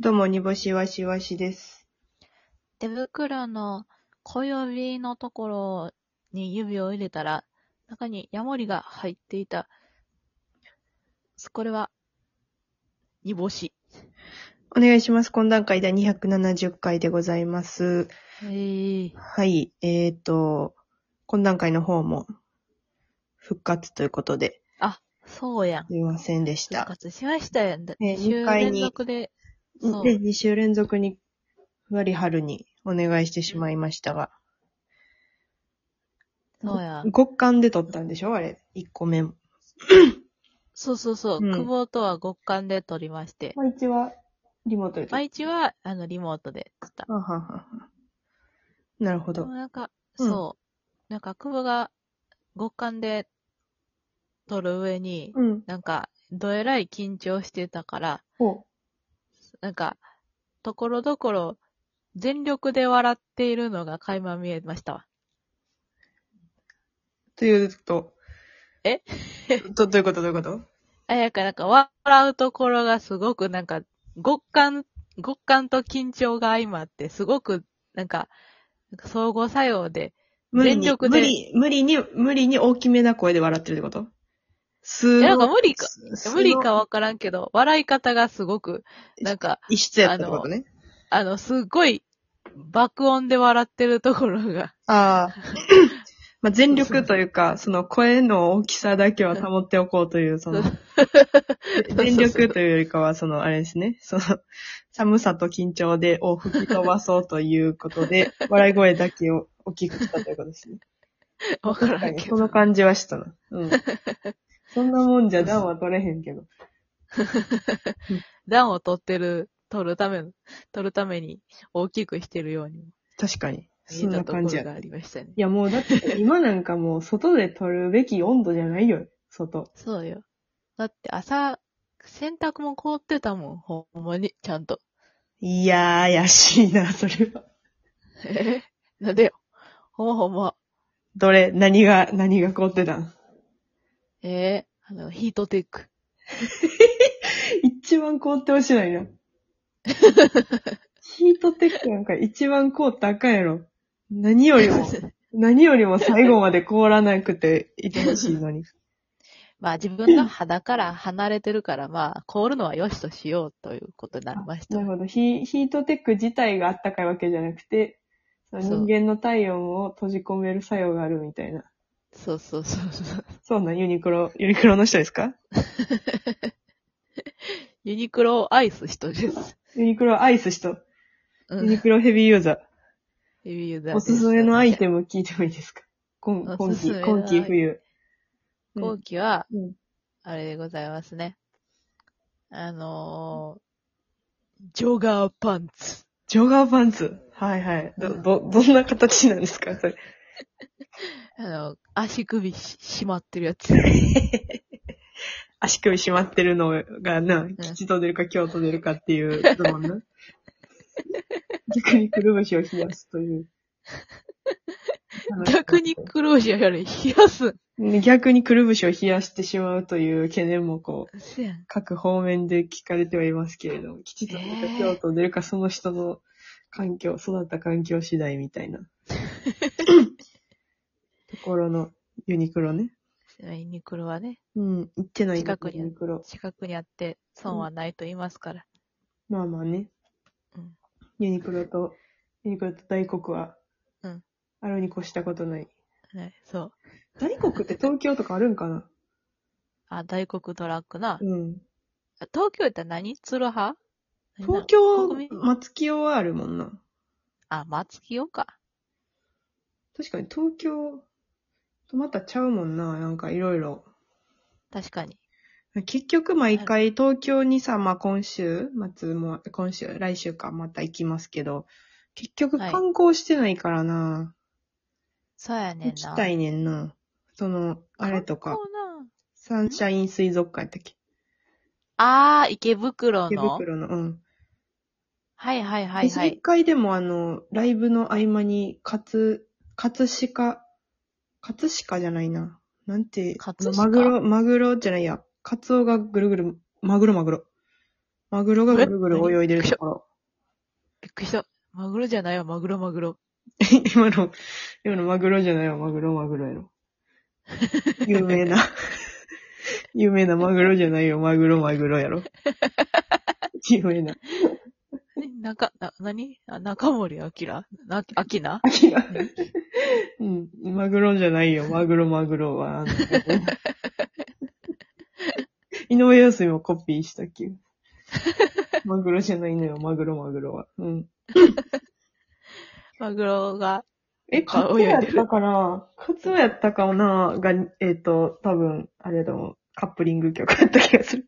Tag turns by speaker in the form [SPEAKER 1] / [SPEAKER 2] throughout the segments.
[SPEAKER 1] どうも、煮干しわしわしです。
[SPEAKER 2] 手袋の小指のところに指を入れたら、中にヤモリが入っていた。これは、煮干し。
[SPEAKER 1] お願いします。懇談会第270回でございます。
[SPEAKER 2] えー、
[SPEAKER 1] はい、えーと、懇談会の方も復活ということで、
[SPEAKER 2] そうやん。
[SPEAKER 1] すいませんでし
[SPEAKER 2] 復
[SPEAKER 1] た。
[SPEAKER 2] 活しましたやん。だ
[SPEAKER 1] ね
[SPEAKER 2] 二週
[SPEAKER 1] 二回に
[SPEAKER 2] 連続で、そう
[SPEAKER 1] で、2週連続に、ふわりはるにお願いしてしまいましたが、
[SPEAKER 2] そうや。
[SPEAKER 1] 極寒で撮ったんでしょあれ、1個目も。
[SPEAKER 2] そうそうそう。
[SPEAKER 1] うん
[SPEAKER 2] 久保とは極寒で撮りまして。
[SPEAKER 1] 毎日はリモートで撮っ
[SPEAKER 2] 毎日は、あの、リモートで撮った。
[SPEAKER 1] ははははなるほ
[SPEAKER 2] で
[SPEAKER 1] ど
[SPEAKER 2] も。なんか、
[SPEAKER 1] うん
[SPEAKER 2] そう。なんか、久保が極寒で撮る上に、
[SPEAKER 1] うん。
[SPEAKER 2] なんか、どえらい緊張してたから、
[SPEAKER 1] ほ
[SPEAKER 2] なんか、ところどころ、全力で笑っているのが垣間見えましたわ。
[SPEAKER 1] う。というと。
[SPEAKER 2] え
[SPEAKER 1] と、 どういうことどういうこと
[SPEAKER 2] あやか、なんか、笑うところがすごく、なんか、極寒、極寒と緊張が相まって、すごく、なんか、なんか相互作用で、
[SPEAKER 1] 無理に
[SPEAKER 2] 全力で
[SPEAKER 1] 無理、無理に、無理に大きめな声で笑ってるってこと
[SPEAKER 2] い
[SPEAKER 1] す
[SPEAKER 2] やなんか無理か、
[SPEAKER 1] す
[SPEAKER 2] 無理かわからんけど、笑い方がすごく、なんか、
[SPEAKER 1] 異質やったってことね。
[SPEAKER 2] あの、すっごい、爆音で笑ってるところが、
[SPEAKER 1] ああ。まあ、全力というか、その声の大きさだけは保っておこうという、その、 全力というよりかは、その、あれですね、その、寒さと緊張で、を吹き飛ばそうということで、笑い声だけを大きくしたということですね。
[SPEAKER 2] わからんけ
[SPEAKER 1] その
[SPEAKER 2] ど。
[SPEAKER 1] 感じはしたな。 うん。そんなもんじゃ暖は取れへんけど。
[SPEAKER 2] 暖を取ってる、取るための、取るために大きくしてるように
[SPEAKER 1] 確かに。そん
[SPEAKER 2] 見え
[SPEAKER 1] な
[SPEAKER 2] たとこ
[SPEAKER 1] 感
[SPEAKER 2] ろ
[SPEAKER 1] じや。
[SPEAKER 2] がありましたね。
[SPEAKER 1] いやもうだ って、今なんかもう外で撮るべき温度じゃないよ、外。
[SPEAKER 2] そうよ。だって朝、洗濯も凍ってたもん、ほんまに、ちゃんと。
[SPEAKER 1] いやー、怪しいな、それは。
[SPEAKER 2] え なんでよ。ほんまほんま。
[SPEAKER 1] どれ、何が、何が凍ってたん
[SPEAKER 2] えー、あの、ヒートテック。
[SPEAKER 1] 一番凍ってほしない な。ヒートテックなんか一番凍ったらあかんやろ。何より も、何よりも最後まで凍らなくていてほしいのに。
[SPEAKER 2] まあ自分の肌から離れてるから、まあ凍るのは良しとしようということになりました
[SPEAKER 1] な。るほど。ヒヒートテック自体があったかいわけじゃなくて、その
[SPEAKER 2] そう
[SPEAKER 1] 人間の体温を閉じ込める作用があるみたいな。
[SPEAKER 2] そうそうそうそう。
[SPEAKER 1] そうなん、ユニクロ、ユニクロの人ですか
[SPEAKER 2] ユニクロをアイス人です。
[SPEAKER 1] ユニクロアイス人。
[SPEAKER 2] う
[SPEAKER 1] ユ
[SPEAKER 2] ん。
[SPEAKER 1] ニクロヘビーユーザ
[SPEAKER 2] レビュー
[SPEAKER 1] ー。
[SPEAKER 2] だ
[SPEAKER 1] おすすめのアイ
[SPEAKER 2] ム。
[SPEAKER 1] テム聞いてもいいですか今今
[SPEAKER 2] おすす
[SPEAKER 1] 季、
[SPEAKER 2] めの
[SPEAKER 1] 今季冬。
[SPEAKER 2] 後期は、
[SPEAKER 1] うんうん
[SPEAKER 2] あれでございますね。あのー、ジョガーパンツ。
[SPEAKER 1] ジョガーパンツ。はいはい。ど、ど、どんな形なんですかそれ。
[SPEAKER 2] あの、足首し締まってるや つ。
[SPEAKER 1] 足首締まってるのがな、吉と出るか京と出るかっていうズボン な。逆にくるぶしを冷やすという。
[SPEAKER 2] 逆にクロージアより冷やす。
[SPEAKER 1] 逆にくるぶしを冷やしてしまうという懸念もこう、
[SPEAKER 2] せやん。
[SPEAKER 1] 各方面で聞かれてはいますけれども、吉と出るか京都出るか、その人の環境、育った環境次第みたい な。ところのユニクロね。
[SPEAKER 2] ユニクロはね、
[SPEAKER 1] うん、行ってないんだ
[SPEAKER 2] 近くに
[SPEAKER 1] ユニクロ。
[SPEAKER 2] 近くにあって損はないと言いますから。
[SPEAKER 1] まあまあね。
[SPEAKER 2] うん
[SPEAKER 1] ユニクロと、ユニクロと大黒は、
[SPEAKER 2] うん
[SPEAKER 1] あるに越したことない。
[SPEAKER 2] ね、そう。
[SPEAKER 1] 大黒って東京とかあるんかな
[SPEAKER 2] あ、大黒ドラッグな。
[SPEAKER 1] うん。
[SPEAKER 2] あ東京やったら何鶴葉
[SPEAKER 1] 東京
[SPEAKER 2] 国、民
[SPEAKER 1] 松清はあるもんな。
[SPEAKER 2] あ、松清か。
[SPEAKER 1] 確かに東京とまたちゃうもんな。なんかいろいろ。
[SPEAKER 2] 確かに。
[SPEAKER 1] 結局毎回東京にさ、まあ今週末も、今週、来週かまた行きますけど、結局
[SPEAKER 2] はい
[SPEAKER 1] 観光してないからな。
[SPEAKER 2] そうやねんな。
[SPEAKER 1] 行きたいねんな。その、あれとか
[SPEAKER 2] 観、光な
[SPEAKER 1] サンシャイン水族館やったっけ
[SPEAKER 2] あー、池袋の。
[SPEAKER 1] 池袋の、うん。
[SPEAKER 2] はいはいはい
[SPEAKER 1] 私一、
[SPEAKER 2] はい。
[SPEAKER 1] 回でもあの、ライブの合間に、かつ、かつしか、かつしかじゃないな。なんて、
[SPEAKER 2] 葛飾
[SPEAKER 1] マグロ、マグロじゃないや。カツオがぐるぐる、マグロマグロ。マグロがぐるぐる泳いでるところ。
[SPEAKER 2] びっくりした。マグロじゃないわ、マグロマグロ。
[SPEAKER 1] 今の、今のマグロじゃないわ、マグロマグロやろ。有名 な、有名なマグロじゃないよ、マグロマグロや ろ。有名な。
[SPEAKER 2] えなか、な、なにあ中森明な、あきな
[SPEAKER 1] うん、マグロじゃないよ、マグロマグロは。あの 井上陽水もコピーしたっけマグロじゃないのよ、マグロマグロは。うん。
[SPEAKER 2] マグロが、
[SPEAKER 1] え、カ
[SPEAKER 2] あ
[SPEAKER 1] ツオや
[SPEAKER 2] 泳
[SPEAKER 1] っ
[SPEAKER 2] いでる
[SPEAKER 1] たかなカツオやったかなが、えっ、と、多分、あれだもん、カップリング曲やった気がする。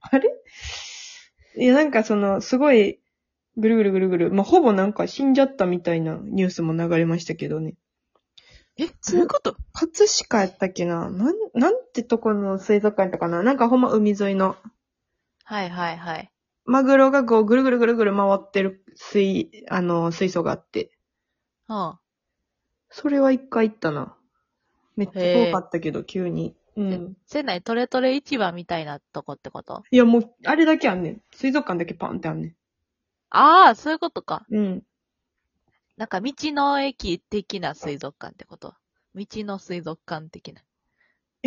[SPEAKER 1] あれいや、なんかその、すごい、ぐるぐるぐるぐる、まあ、ほぼなんか死んじゃったみたいなニュースも流れましたけどね。
[SPEAKER 2] え、そういうこと
[SPEAKER 1] 葛飾やったっけななん、なんてとこの水族館やったかななんかほんま海沿いの、
[SPEAKER 2] はいはいはい。
[SPEAKER 1] マグロがこうぐるぐるぐるぐる回ってる水、あの、水槽があって。
[SPEAKER 2] うん。
[SPEAKER 1] それは一回行ったな。めっちゃ遠かったけど、急に。うん。
[SPEAKER 2] 船内トレトレ市場みたいなとこってこと
[SPEAKER 1] いや、もう、あれだけあんねん。水族館だけパンってあんね
[SPEAKER 2] ああ、そういうことか。
[SPEAKER 1] ん。うん。
[SPEAKER 2] なんか道の駅的な水族館ってこと道の水族館的な。
[SPEAKER 1] い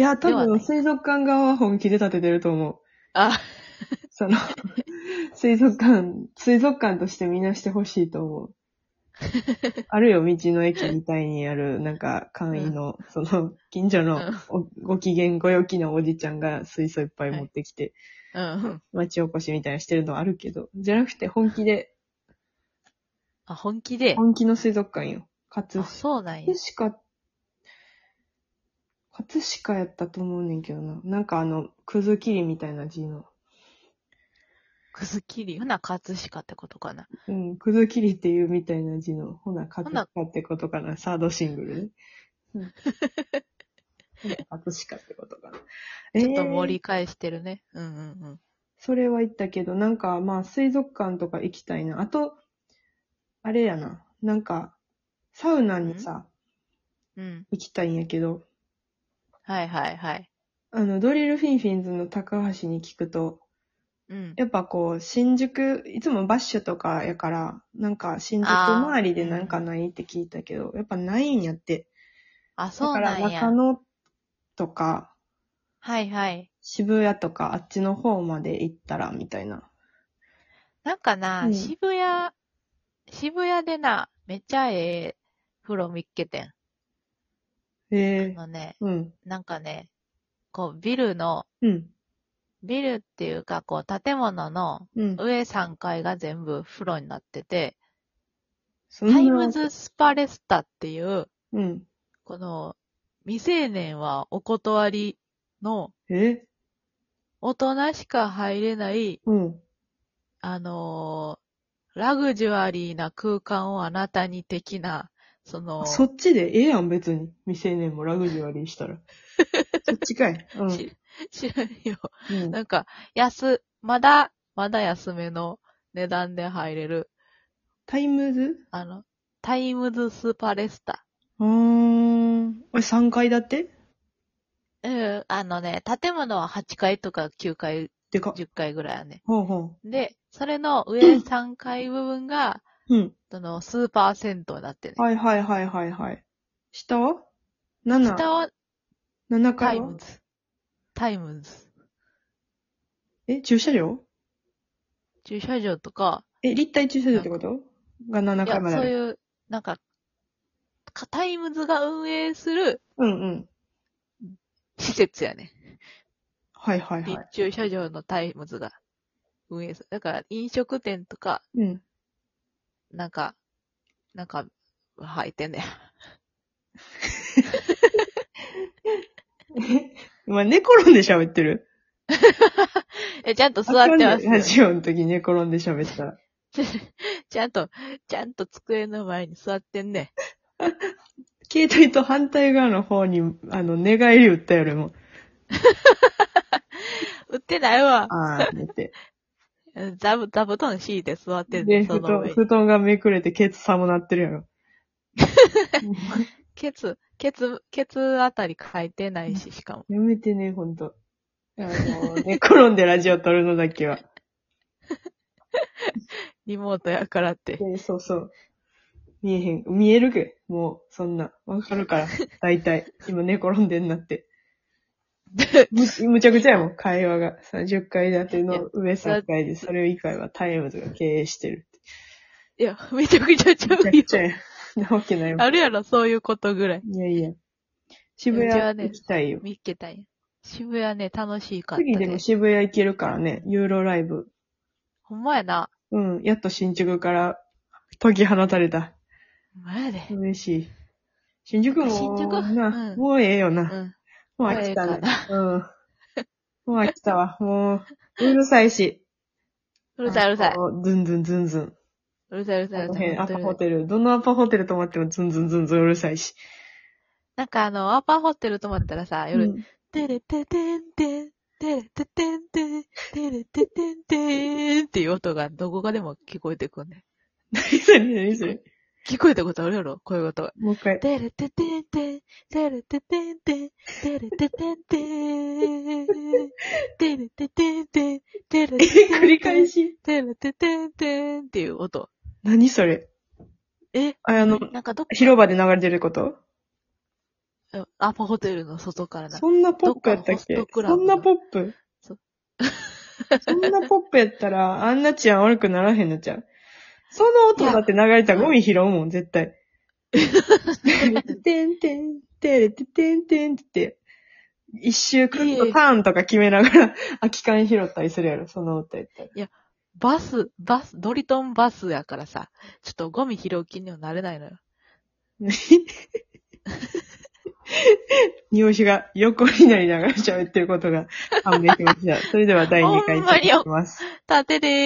[SPEAKER 1] や、多
[SPEAKER 2] ではな
[SPEAKER 1] 分
[SPEAKER 2] い
[SPEAKER 1] 水族館側は本気で建ててると思う。
[SPEAKER 2] あ、
[SPEAKER 1] その、水族館、水族館としてみんなしてほしいと思う。あるよ、道の駅みたいにある、なんか、簡易の、その、近所のおご機嫌ご陽気なおじちゃんが水槽いっぱい持ってきて、
[SPEAKER 2] うん。うん。
[SPEAKER 1] 町おこしみたいなのしてるのはあるけど、じゃなくて本気で、
[SPEAKER 2] あ、本気で。
[SPEAKER 1] 本気の水族館よ。葛
[SPEAKER 2] あ、そうなんや。
[SPEAKER 1] 飾、葛飾やったと思うねんけどな。なんかあの、くずきりみたいな字の。
[SPEAKER 2] くずきり。ほな、葛飾ってことかな。
[SPEAKER 1] うん、くずきりっていうみたいな字の、ほな、かつ
[SPEAKER 2] ほな
[SPEAKER 1] ってことかな、サードシングルね。うん。ほな、かつしかってことかな。
[SPEAKER 2] ちょっと盛
[SPEAKER 1] えー
[SPEAKER 2] り返してるね。うんうんうん。
[SPEAKER 1] それは言ったけど、なんか、まあ、水族館とか行きたいな。あと、あれやな、なんか、サウナにさ、
[SPEAKER 2] うん。
[SPEAKER 1] 行きたいんやけど、
[SPEAKER 2] はいはいはい。
[SPEAKER 1] あの、ドリルフィンフィンズの高橋に聞くと、
[SPEAKER 2] うん。
[SPEAKER 1] やっぱこう、新宿、いつもバッシュとかやから、なんか、新宿周りでなんかないって聞いたけど、やっぱないんやって。
[SPEAKER 2] あ、
[SPEAKER 1] だ
[SPEAKER 2] そう
[SPEAKER 1] か
[SPEAKER 2] な
[SPEAKER 1] ら
[SPEAKER 2] んや
[SPEAKER 1] 中。野とか
[SPEAKER 2] はいはい。
[SPEAKER 1] 渋谷とかあっちの方まで行ったらみたいな。
[SPEAKER 2] なんかな、
[SPEAKER 1] うん
[SPEAKER 2] 渋谷、渋谷でな、めっちゃええ風呂見っけてん。
[SPEAKER 1] へえ
[SPEAKER 2] あのね、
[SPEAKER 1] うん。
[SPEAKER 2] なんかね、こうビルの、
[SPEAKER 1] うん。
[SPEAKER 2] ビルっていうか、こう建物の
[SPEAKER 1] うん。
[SPEAKER 2] 上3階が全部風呂になってて、
[SPEAKER 1] そんな
[SPEAKER 2] タイムズスパレスタっていう、
[SPEAKER 1] うん。
[SPEAKER 2] この未成年はお断りの
[SPEAKER 1] え
[SPEAKER 2] 大人しか入れない、
[SPEAKER 1] うん。
[SPEAKER 2] あのーラグジュアリーな空間をあなたに的な、その、
[SPEAKER 1] あそっちでええやん、別に。未成年もラグジュアリーした ら。そっちかい。うん。
[SPEAKER 2] し知らんよ。
[SPEAKER 1] うん
[SPEAKER 2] なんか、安、まだ、まだ安めの値段で入れる、
[SPEAKER 1] タイムズ
[SPEAKER 2] あの、タイムズスパレスタ。
[SPEAKER 1] うーん。え、3階建て
[SPEAKER 2] うん、あのね、建物は8階とか9階、
[SPEAKER 1] でかっ。
[SPEAKER 2] 10階ぐらいやね。
[SPEAKER 1] ほうほ
[SPEAKER 2] で、それの上3階部分が、
[SPEAKER 1] う。うん。
[SPEAKER 2] その、スーパー銭湯になってね。
[SPEAKER 1] はいはいはいはいはい。下は ?7。
[SPEAKER 2] 下は
[SPEAKER 1] 7
[SPEAKER 2] タ
[SPEAKER 1] 階
[SPEAKER 2] イ
[SPEAKER 1] は
[SPEAKER 2] ムズ。タイムズ。
[SPEAKER 1] え、駐車場
[SPEAKER 2] 駐車場とか、
[SPEAKER 1] え、立体駐車場ってことが7
[SPEAKER 2] いや、
[SPEAKER 1] 階まであ
[SPEAKER 2] そう
[SPEAKER 1] る。
[SPEAKER 2] いう、なんか、かタイムズが運営する
[SPEAKER 1] うんうん。
[SPEAKER 2] 施設やね。
[SPEAKER 1] はいはいは
[SPEAKER 2] 立
[SPEAKER 1] い。
[SPEAKER 2] 駐車場のタイムズが運営する。だから飲食店とか、
[SPEAKER 1] うん。
[SPEAKER 2] なんか、なんか、入ってん ねん。
[SPEAKER 1] 今寝転んで喋ってる。
[SPEAKER 2] え、ちゃんと座ってます
[SPEAKER 1] あかんでラジオの時寝転んで喋ったら。
[SPEAKER 2] ちゃんと、ちゃんと机の前に座ってんね
[SPEAKER 1] 携帯と反対側の方に、あの、寝返り打ったよりも、
[SPEAKER 2] ん。売ってないわ。
[SPEAKER 1] あー、寝て。
[SPEAKER 2] 座布座布団敷いて座ってん
[SPEAKER 1] で、
[SPEAKER 2] ねん、そ
[SPEAKER 1] 布
[SPEAKER 2] の
[SPEAKER 1] 団、
[SPEAKER 2] 上に。
[SPEAKER 1] 布団がめくれてケツさもなってる やろ。
[SPEAKER 2] ケツ、ケツ、ケツあたり書いてないし、しかも。
[SPEAKER 1] やめてね、ほんと。あの、寝転んでラジオ撮るのだけは。
[SPEAKER 2] リモートやからって。
[SPEAKER 1] でそうそう。見えへん。見えるけ。もう、そんな。わかるから。 大体。今寝転んでんなって。むむちゃくちゃやもん、会話が。30階建ての上3階で、それ以外はタイムズが経営してる。
[SPEAKER 2] いや、めちゃくちゃ ち
[SPEAKER 1] め
[SPEAKER 2] ゃ
[SPEAKER 1] ちゃ
[SPEAKER 2] う
[SPEAKER 1] く
[SPEAKER 2] よ。
[SPEAKER 1] ちゃやん。 なわけないもん。
[SPEAKER 2] あるやろ、そういうことぐらい。
[SPEAKER 1] いやいや。渋
[SPEAKER 2] じゃあ
[SPEAKER 1] 谷
[SPEAKER 2] ね
[SPEAKER 1] 行きたいよ。
[SPEAKER 2] 見っけたい。渋谷ね、楽しいかった、
[SPEAKER 1] 次でも
[SPEAKER 2] ね。
[SPEAKER 1] 渋谷行けるからね、ユーロライブ。
[SPEAKER 2] ほんまやな。
[SPEAKER 1] うん、やっと新宿から解き放たれた。
[SPEAKER 2] ほんまやで。
[SPEAKER 1] 嬉しい。新宿も、
[SPEAKER 2] 新宿
[SPEAKER 1] な、
[SPEAKER 2] うん
[SPEAKER 1] もうええよ
[SPEAKER 2] う
[SPEAKER 1] な。
[SPEAKER 2] ん。
[SPEAKER 1] もう飽きた
[SPEAKER 2] もうえ
[SPEAKER 1] ね
[SPEAKER 2] えか。
[SPEAKER 1] うん。もう飽きたわ。もう、うるさいし。
[SPEAKER 2] うるさい、うるさい
[SPEAKER 1] あ。の。ズンズンズンズン。
[SPEAKER 2] うるさい、うるさい、
[SPEAKER 1] こ
[SPEAKER 2] う
[SPEAKER 1] の
[SPEAKER 2] るさい
[SPEAKER 1] 辺、ア
[SPEAKER 2] 本当
[SPEAKER 1] パ
[SPEAKER 2] にう
[SPEAKER 1] ホ
[SPEAKER 2] るさ
[SPEAKER 1] テ
[SPEAKER 2] い。
[SPEAKER 1] ル。どのアパホテル泊まってもズンズンズンズンうるさいし。
[SPEAKER 2] なんかあの、アパホテル泊まったらさ、
[SPEAKER 1] う
[SPEAKER 2] 夜、
[SPEAKER 1] ん
[SPEAKER 2] てれててんてん、てれててんてん、てれててんてんっていう音がどこかでも聞こえてくんね。
[SPEAKER 1] 何それ何それ。
[SPEAKER 2] 聞こえたことあるやろ、こういうことが。
[SPEAKER 1] もう一回。
[SPEAKER 2] てれててんてん、てれててんてん、てれててんてん、てれててんてん、てれててんてん、
[SPEAKER 1] 繰り返し。
[SPEAKER 2] てれててんてんっていう音。
[SPEAKER 1] 何それ。
[SPEAKER 2] え
[SPEAKER 1] ああの、
[SPEAKER 2] なんかどっ
[SPEAKER 1] 広場で流れてること
[SPEAKER 2] か、アパホテルの外からな。
[SPEAKER 1] そんなポップやったっけ
[SPEAKER 2] どっかホストクラ
[SPEAKER 1] そ
[SPEAKER 2] ブ
[SPEAKER 1] んなポップ
[SPEAKER 2] そ
[SPEAKER 1] そんなポップやったら、あんな治安悪くならへんのちゃうその音だって流れたらゴミ拾うもん、絶対。てんてん、てれててんてんって。一周くっとターンとか決めながら、空き缶拾ったりするやろ、その歌やったら。
[SPEAKER 2] バス、バス、ドリトンバスやからさ、ちょっとゴミ拾う気にはなれないのよ。
[SPEAKER 1] 匂いしが横になりながら喋ってることが判明しました。それでは第2回いきます。
[SPEAKER 2] 縦でーす。